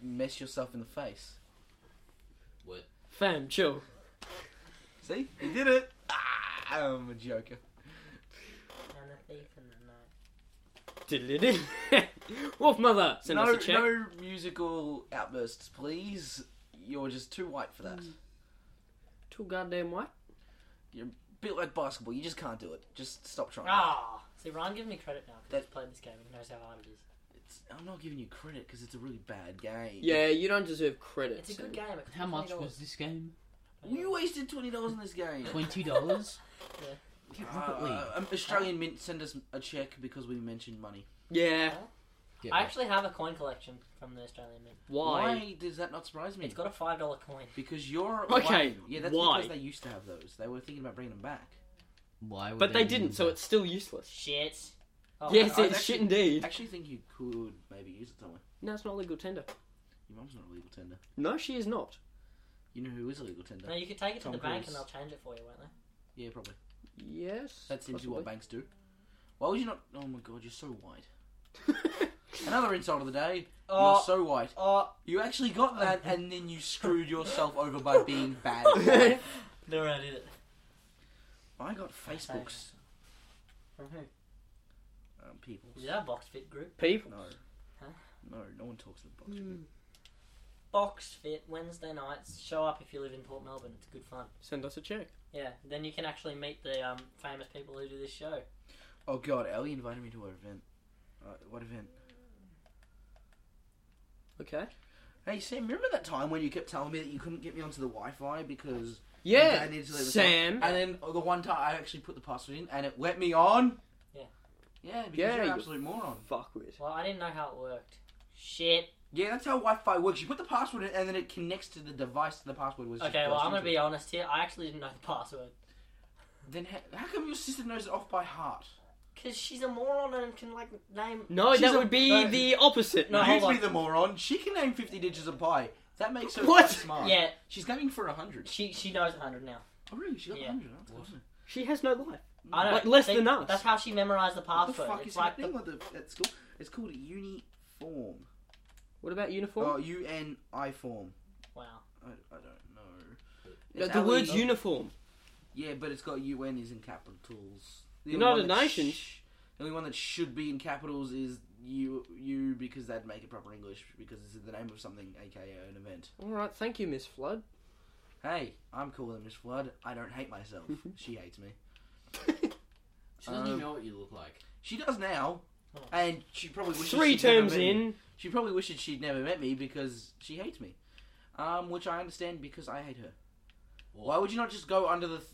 mess yourself in the face.
What?
Fam, chill.
See? You did it! Ah, I'm a joker.
And the thief in the night.
Diddly-diddy. Wolf mother, send
no,
us a check.
no musical outbursts, please. You're just too white for that.
Too goddamn white.
Bit like basketball, you just can't do it. Just stop trying.
Ah. See, Ryan gives me credit now because he's
That-
played this game and he knows how hard it is.
It's, I'm not giving you credit because it's a really bad game.
Yeah, you don't deserve credit.
It's a
Sam.
good game. It costs
How much
$20.
was this game?
You wasted twenty dollars on this game.
Twenty dollars.
Yeah.
Get Rocket League.
Uh, um, Australian Mint send us a check because we mentioned money.
Yeah.
Get
I
Rocket-
actually have a coin collection from the Australian Mint.
Why?
does that not surprise me?
It's got a five dollar coin.
because you're
Okay,
white. Yeah, that's
why?
because they used to have those. They were thinking about bringing them back.
Why? would
But they
do
didn't, so
that?
it's still useless.
Shit. Oh,
yes,
I- I
it's
actually-
shit indeed.
I actually think you could maybe use it somewhere.
No, it's not legal tender.
Your mum's not a legal tender.
No, she is not.
You know who is a legal tender?
No, you could take it to
Tom
the bank
Cruise.
and they'll change it for you, won't they?
Yeah, probably.
Yes.
That seems to be
possibly.
what banks do. Why would you not? Oh my god, you're so white. Another insult of the day.
Oh.
you're so white.
Oh,
You actually got that, and then you screwed yourself over by being bad. at life.
no, I did it.
I got Facebook's
From who?
um, people.
Is that a box fit group?
People.
No.
Huh? Hmm.
No, no one talks to the box.
Hmm.
people.
Box fit Wednesday nights. Show up if you live in Port Melbourne. It's good fun.
Send us a check.
Yeah, then you can actually meet the um, famous people who do this show.
Oh god, Ellie invited me to her event. Uh, what event?
Okay.
Hey Sam, remember that time when you kept telling me that you couldn't get me onto the Wi-Fi because
Yeah.
I needed to leave a
Sam.
and then the one time I actually put the password in and it let me on.
Yeah.
Yeah, because
Yeah,
you're an
you-
absolute moron.
Fuck with.
Well, I didn't know how it worked. Shit.
Yeah, that's how Wi-Fi works. You put the password in and then it connects to the device the password was.
Okay, well, I'm gonna be honest here. I actually didn't know the password.
Then how, how come your sister knows it off by heart?
Because she's a moron and can, like, name.
No,
She's
that
a-
would be
no.
the opposite.
No,
No,
hold
You'd
on.
be the moron. She can name fifty digits of pi. That makes her
What?
smart.
Yeah,
She's going for a hundred.
she she knows 100 now.
Oh really? She got
Yeah.
a hundred. That's
What?
awesome.
she has no life.
I know.
Like, less
See,
than us.
That's how she memorized the
What the
password.
fuck
it's
is
like the-
happening with the, at school? It's called uniform.
What about uniform?
Oh, U N I form.
Wow.
I, I don't know.
No,
It's
the
Ali-
word's uniform.
Yeah, but it's got U N is in capitals. The
United
only one that
Nations.
sh- the only one that should be in capitals is U U because that'd make it proper English because it's the name of something, aka an event.
All right, thank you, Miss Flood.
Hey, I'm cooler than Miss Flood. I don't hate myself. she hates me.
She doesn't
Um,
even know what you look like.
She does now,
Oh.
and she probably wishes
Three
she'd never
terms
met me.
in.
She probably wishes she'd never met me because she hates me. Um, which I understand because I hate her. Why would you not just go under the th-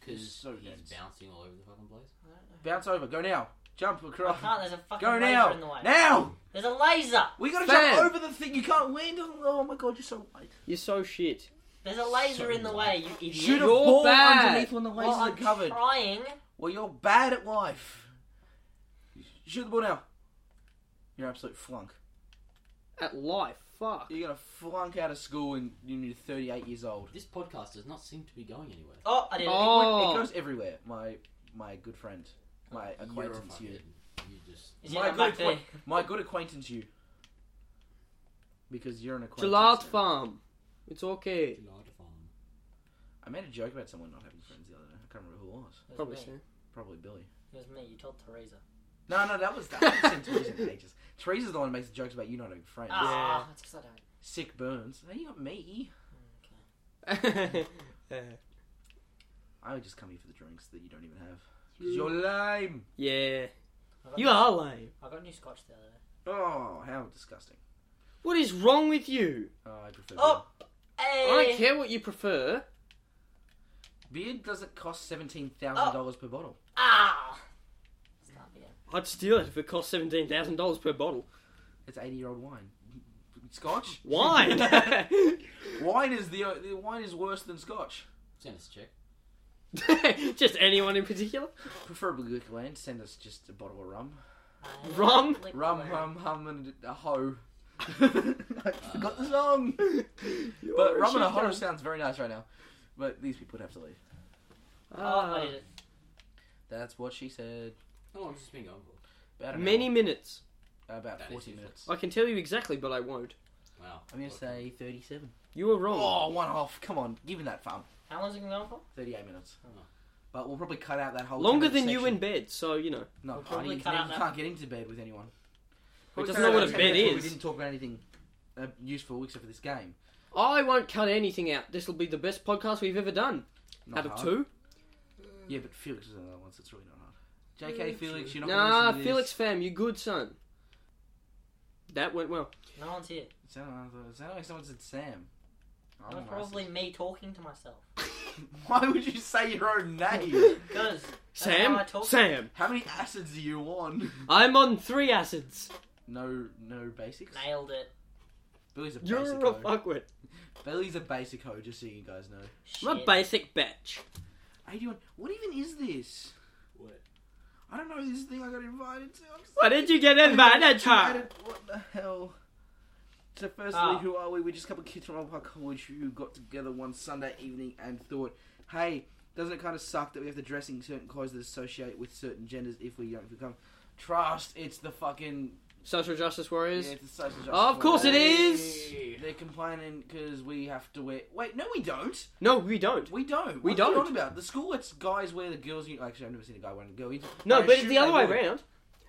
Because
so
he's
dense.
bouncing all over the fucking place.
I don't know.
bounce over? Go now. Jump
I
across.
can't, there's a fucking
Go
laser
now.
in the way.
Now.
There's a laser!
We gotta
Fam.
jump over the thing. You can't land. on- Oh my god, you're so white.
You're so shit.
There's a laser
Sorry,
in the
no.
way, you idiot.
Shoot a
You're
ball
bad.
underneath when the
well,
laser's
I'm
covered.
trying.
Well, you're bad at life. Shoot the ball now. You're an absolute flunk.
At life, fuck.
You're gonna flunk out of school when you're 38 years old.
This podcast does not seem to be going anywhere.
Oh, I did.
Oh.
not
It goes everywhere. My my good friend, my
You're a
acquaintance, you.
fucking- You just.
Is
My
it
good
back there?
point. My good acquaintance, you. Because you're an acquaintance.
Gillard Farm. It's okay.
I made a joke about someone not having friends the other day. I can't remember who it was.
It was
Probably
me.
so.
Probably Billy.
It was me. You told Teresa.
No, no, that was that. I haven't seen Teresa in ages. Teresa's the one who makes the jokes about you not having friends.
Ah, that's because I don't.
Sick burns. Hey, you got me.
Uh,
I would just come here for the drinks that you don't even have. 'Cause you're lame.
yeah.
I got
You
new-
are lame.
I got new scotch the other day.
Oh, how disgusting.
What is wrong with you?
Oh, I prefer
Oh,
I
hey.
don't care what you prefer.
beer. Beer doesn't cost $17,000 per bottle.
Ah. Stop it.
I'd steal it if it cost seventeen thousand dollars per bottle.
It's 80 year old wine. Scotch?
Wine.
wine is the, the wine is worse than scotch.
Send us a check.
Just anyone in particular?
Preferably Liquorland. Send us just a bottle of rum.
I
Rum?
like
Rum,
liquor.
hum, hum, and a hoe. I forgot the song. But rum and a hoe sounds very nice right now. But these people would have to leave.
Oh, I did
Ah,
it.
That's what she said.
How long has this been going for?
About an
Many minutes.
hour- about
That is
40
useless.
minutes.
I can tell you exactly, but I won't.
Wow.
I'm going to
Okay.
say 37.
You were wrong.
Oh, one off. Come on. Give me that farm.
How long's it been going for?
38 minutes.
Oh.
But we'll probably cut out that whole
Longer
10
than you
section.
in bed, so you know.
No,
We'll
I
probably
didn't-
cut
you
out that-
can't get into bed with anyone.
He
Well,
doesn't
so
know what a
that's
bed
okay.
We
is.
didn't talk about anything uh, useful except for this game.
I won't cut anything out. This will be the best podcast we've ever done.
Not
out of
hard.
two.
Yeah, but Felix is another one, so it's really not hard. JK, Felix, you're not
Mm, Nah,
going to
Felix fam, you good son. That went well.
No one's here.
It sounded, it sounded like someone said Sam.
That
I'm
was probably me talking to myself.
racist. Why would you say your own name?
Because
Sam,
I talk.
Sam,
How many acids are you on?
I'm on three acids.
No, no basics.
Nailed it.
Billy's a basic
You're a
hoe.
fuckwit.
Billy's a basic hoe, just so you guys know.
Shit.
I'm a basic bitch.
Adrian, what even is this?
What?
I don't know this thing I got invited to. I'm so
Why did you get invited,
I
child?
don't- What the hell? So, firstly,
Ah.
who are we? We're just a couple of kids from Old Park College who got together one Sunday evening and thought, hey, doesn't it kind of suck that we have to dress in certain clothes that associate with certain genders if we don't become. Trust, it's the fucking.
Social justice
Yeah,
warriors.
it's the social justice
Of course it
warriors.
is.
They're complaining because we have to wear. Wait, no, we don't.
No, we don't.
We don't.
We
What are you
don't.
on about? The school lets guys wear the girls' uniform. Actually, I've never seen a guy wearing a girl uniform.
No,
I
but it's
assume
the other
they
way
would.
around.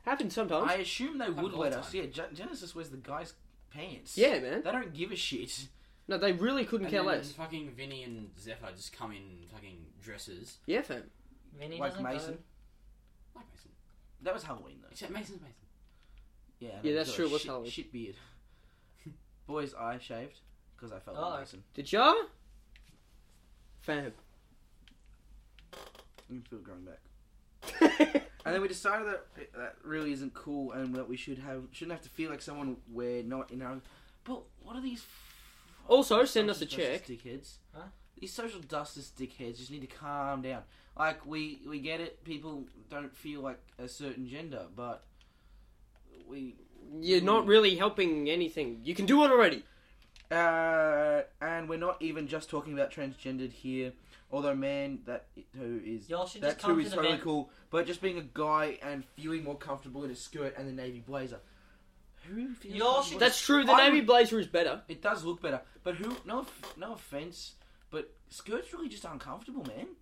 Happens sometimes.
I assume they would
all
let
the
us.
time.
Yeah, Gen- Genesis wears the guy's pants.
Yeah, man.
They don't give a shit.
No, they really couldn't
And
care
then
less.
Fucking Vinny and Zephyr just come in fucking dresses.
Yeah, fam.
Vinny
like
doesn't
Mason.
Go.
Like Mason.
That was Halloween though.
Except Mason's Mason.
Yeah,
Yeah,
no,
that's
he's got
true,
a
it was
shit,
Halloween.
Shit beard. Boys, I shaved because I felt
Oh.
like Mason.
Did ya? Fam.
I can feel it growing back. And then we decided that that really isn't cool, and that we should have shouldn't have to feel like someone we're not in our. own- But what are these? f-
Also, send us
social
a
justice dickheads.
Huh?
These social justice dickheads just need to calm down. Like we we get it, people don't feel like a certain gender, but we
You're not
Mm.
really helping anything. You can do it already.
uh, and we're not even just talking about transgendered here. Although, man, that who is
Y'all should
that
just come
too
to
is
the
totally
vent.
cool. But just being a guy and feeling more comfortable in a skirt and the navy blazer, who really feels?
Y'all
comfortable
should
in-
That's true. The
I
navy
would-
blazer is better.
It does look better, but who? No, off- no offense, but skirts really just uncomfortable, man.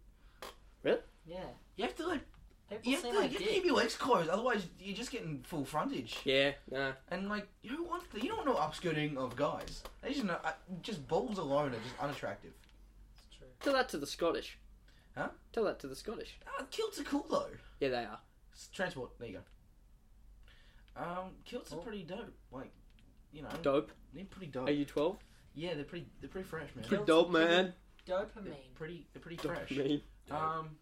Yeah.
You have to like,
People
you have
see
to,
my
like, you have to
dick.
keep your legs closed, otherwise you're just getting full frontage.
Yeah. Nah.
And like, who wants? The, you don't know upskirting of guys. They just know, uh, just balls alone are just unattractive.
It's true.
Tell that to the Scottish.
Huh?
Tell that to the Scottish.
Uh, kilts are cool though.
Yeah, they are.
S- Transport. There you go. Um, kilts
Cool.
are pretty dope. Like, you know,
Dope.
they're pretty dope.
Are you 12?
Yeah, they're pretty. They're Oh. pretty fresh, man.
Kilts are
They're
Dopamine.
pretty. They're pretty
Dope.
fresh.
Mean.
Dope.
Um,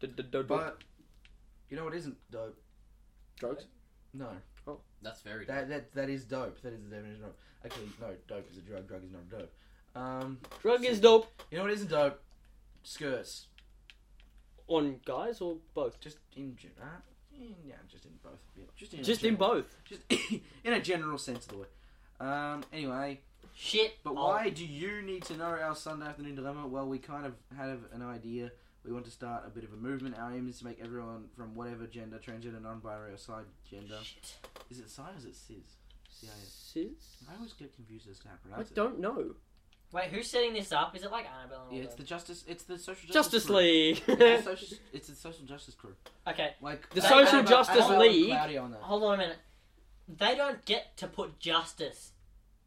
D- d- dope.
but you know what isn't dope?
Drugs.
No,
That's very.
that that that is dope. That is the definition of. Actually, no, dope is a drug. Drug is not a dope.
Um,
Drug is dope
you know what isn't dope? Skirts.
on guys or both?
Just in gen- uh, in- yeah, just in both. Yeah.
Just in, a
Just in
general-
both.
Just
In a general sense of the word. Um, anyway,
Shit.
But
Oh,
why do you need to know our Sunday afternoon dilemma? Well, we kind of have an idea. We want to start a bit of a movement. Our aim is to make everyone from whatever gender, transgender, non-binary, or side gender.
Shit.
Is it side or is it cis? Yeah, yeah.
Sis?
I always get confused as to how to
I
pronounce it.
don't know.
Wait, who's setting this up? Is it like Annabelle? And all
Yeah, it's the
them?
justice. It's the social justice.
Justice League.
Crew. It's, the social, it's the social justice crew.
Okay,
Like
The
They-
Social
Annabelle-
Justice
Annabelle-
League.
Claudia on that.
Hold on a minute. They don't get to put justice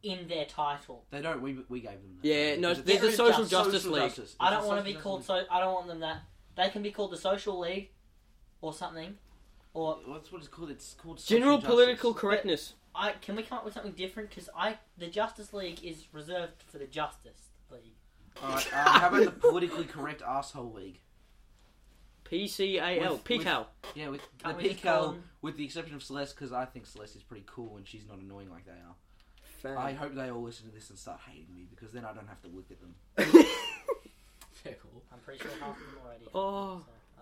in their title.
they don't. We we gave them. That
Yeah, no,
Because it's
there's
the
very
Social
just-
Justice League.
It's
I
the
don't want to
social
be
justice
called
league.
so. I don't want them that. They can be called the Social League, or something. Or
That's what it's called. It's called social
General
justice.
political correctness.
I can we come up with something different? Because I the Justice League is reserved for the Justice League.
Alright, uh, how about the politically correct asshole league?
PCAL.
With- with-
PCAL.
Yeah, with
Can't
the
we just call
PCAL,
them-
with the exception of Celeste, because I think Celeste is pretty cool and she's not annoying like they are. I
Fan.
hope they all listen to this and start hating me because then I don't have to look at them.
Fair call.
I'm pretty sure half of them already. have
Oh.
them, so I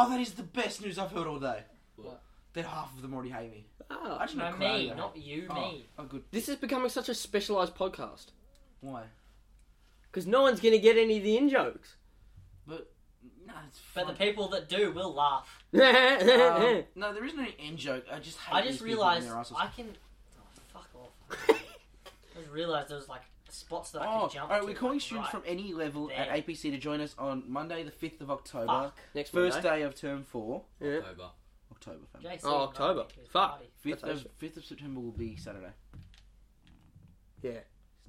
don't know.
Oh, that is the best news I've heard all day.
What?
That half of them already hate me. I
Ah,
just
No,
know
me,
Claudia.
not you,
Oh.
me.
Oh, good.
this is becoming such a specialized podcast
Why?
because no one's going to get any of the in jokes.
No, it's
But the
fine.
people that do will laugh.
Um,
That's
no, there isn't any end joke. I just hate
I just
these people and
realised
their assholes.
I can. Oh, fuck off. I just realised there was like spots that I
Oh,
could jump.
alright,
to,
we're calling
like,
students
right
from any level
there.
at APC to join us on Monday, the 5th of October.
Fuck.
Next
eh?
First
Monday.
day of term four.
Yeah.
October.
October, fam.
JC
Oh, October.
invited me to his
Fuck.
party.
5th
That's
of, 5th of September will be Saturday.
Yeah.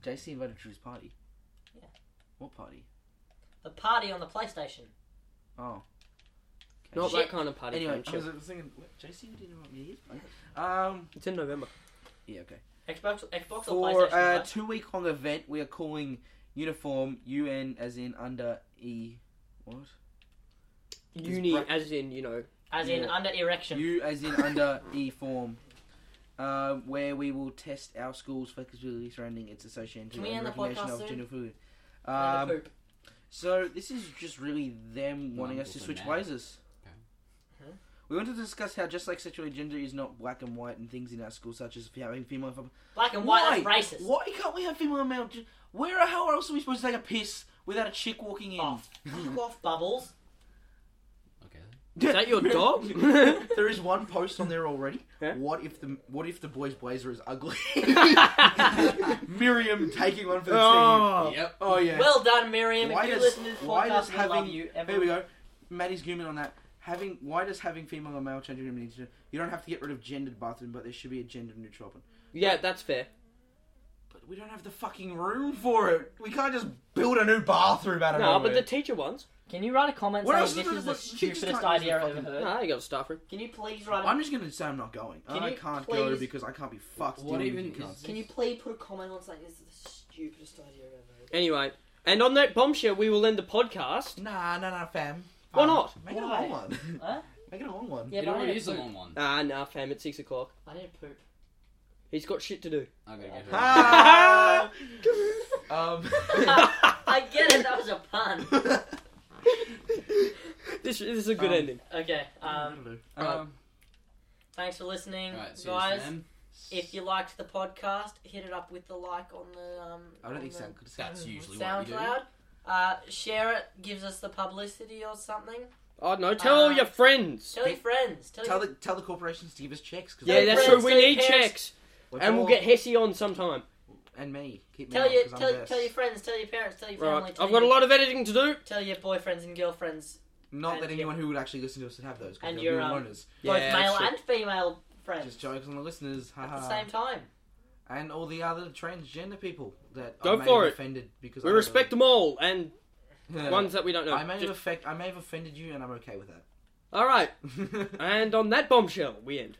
JC invited to his party.
Yeah.
What party?
The party on the PlayStation.
Oh.
Not
Shit.
that kind of party.
Anyway,
Anyway,
I was I was thinking, what, JC didn't invite me either. Um,
it's in November.
yeah, okay.
Xbox, Xbox or
For
PlayStation.
a
right?
two week long event, we are calling Uniform UN as in under E. What?
Uni,
bracket-
as in you know,
As in
yeah.
under erection.
U as in under E form. Um, where we will test our school's flexibility surrounding its association to
Can we end
and
the
recognition
podcast
of
soon?
gender fluid.
Under
Um,
poop.
so this is just really them wanting us to
Wonderful
switch
man.
places.
Okay.
Huh?
We want to discuss how just like sexual gender is not black and white and things in our school such as having female and
Black and white. That's racist.
Why can't we have female and male? Ju- Where how else are we supposed to take a piss without a chick walking in?
Oh, fuck off, bubbles.
Okay.
is that your dog?
there is one post on there already.
Yeah.
What if the what if the boy's blazer is ugly? Miriam taking one for the team.
Yep.
Oh yeah.
Well done, Miriam.
Why
if you
does-
listen to this
why does
podcast, we love
having-
you.
there we
Everyone.
go. Maddie's Gooman on that. Having why does having female and male changing room need to? You don't have to get rid of gendered bathroom, but there should be a gender neutral one.
yeah, that's fair.
But we don't have the fucking room for it. We can't just build a new bathroom out of
No,
nowhere.
but the teacher ones.
Can you write a comment
What else
saying
is
this is
there-
the
what- you just
stupidest
can't use
idea I've
the
ever
fucking-
heard?
No, you got a staff room.
Can you please write a
I'm just gonna say I'm not going.
Can
I
you
can't go
please-
because I can't be fucked.
What
dealing
even
with you
is
cunts.
Can you please put a comment on saying this is the stupidest idea I've ever heard?
Anyway, and on that bombshell, we will end the podcast.
Nah, nah, nah, fam.
Why not?
Um, Make it a
Why?
long one.
Huh?
Make it a long one.
Yeah,
it
but I
already
need,
is
to
a
poop.
long one.
Ah, nah, fam. It's six o'clock.
I need to poop.
He's got shit to do.
I gotta get her.
Ah!
Um,
I get it, that was a pun.
This, this is a good
Um,
ending.
Okay, um,
Um,
thanks for listening,
Alright, see you
guys.
then.
If you liked the podcast, hit it up with the like on the um,
I don't
on
think
the
sound could
That's usually what you do.
SoundCloud. Uh, share it, gives us the publicity or something.
Oh no, tell all
uh,
your friends.
Tell your friends. Tell,
Tell
your
the tell the corporations to give us checks. Cause
yeah,
we're-
that's
friends,
true. We
tell your
need
parents.
checks,
we're
and we'll
poor.
get Hesse on sometime.
and me. Keep me
tell
on,
your
'cause I'm
tell,
best.
tell your friends. Tell your parents. Tell your family.
Right,
Tell
I've got a
your-
lot of editing to do.
Tell your boyfriends and girlfriends,
Not
and
that anyone who would actually listen to us would have those. 'cause
And
they're
your,
real
um,
loners.
both male
that's true.
and female friends,
Just jokes on the listeners.
at
haha.
the same time.
And all the other transgender people that
Go
I may
for
have
it.
offended because
We
I
respect them all, and
Yeah.
ones that we don't know.
I may have
Just-
affect, I may have offended you, and I'm okay with
all right,
that.
and on that bombshell, we end.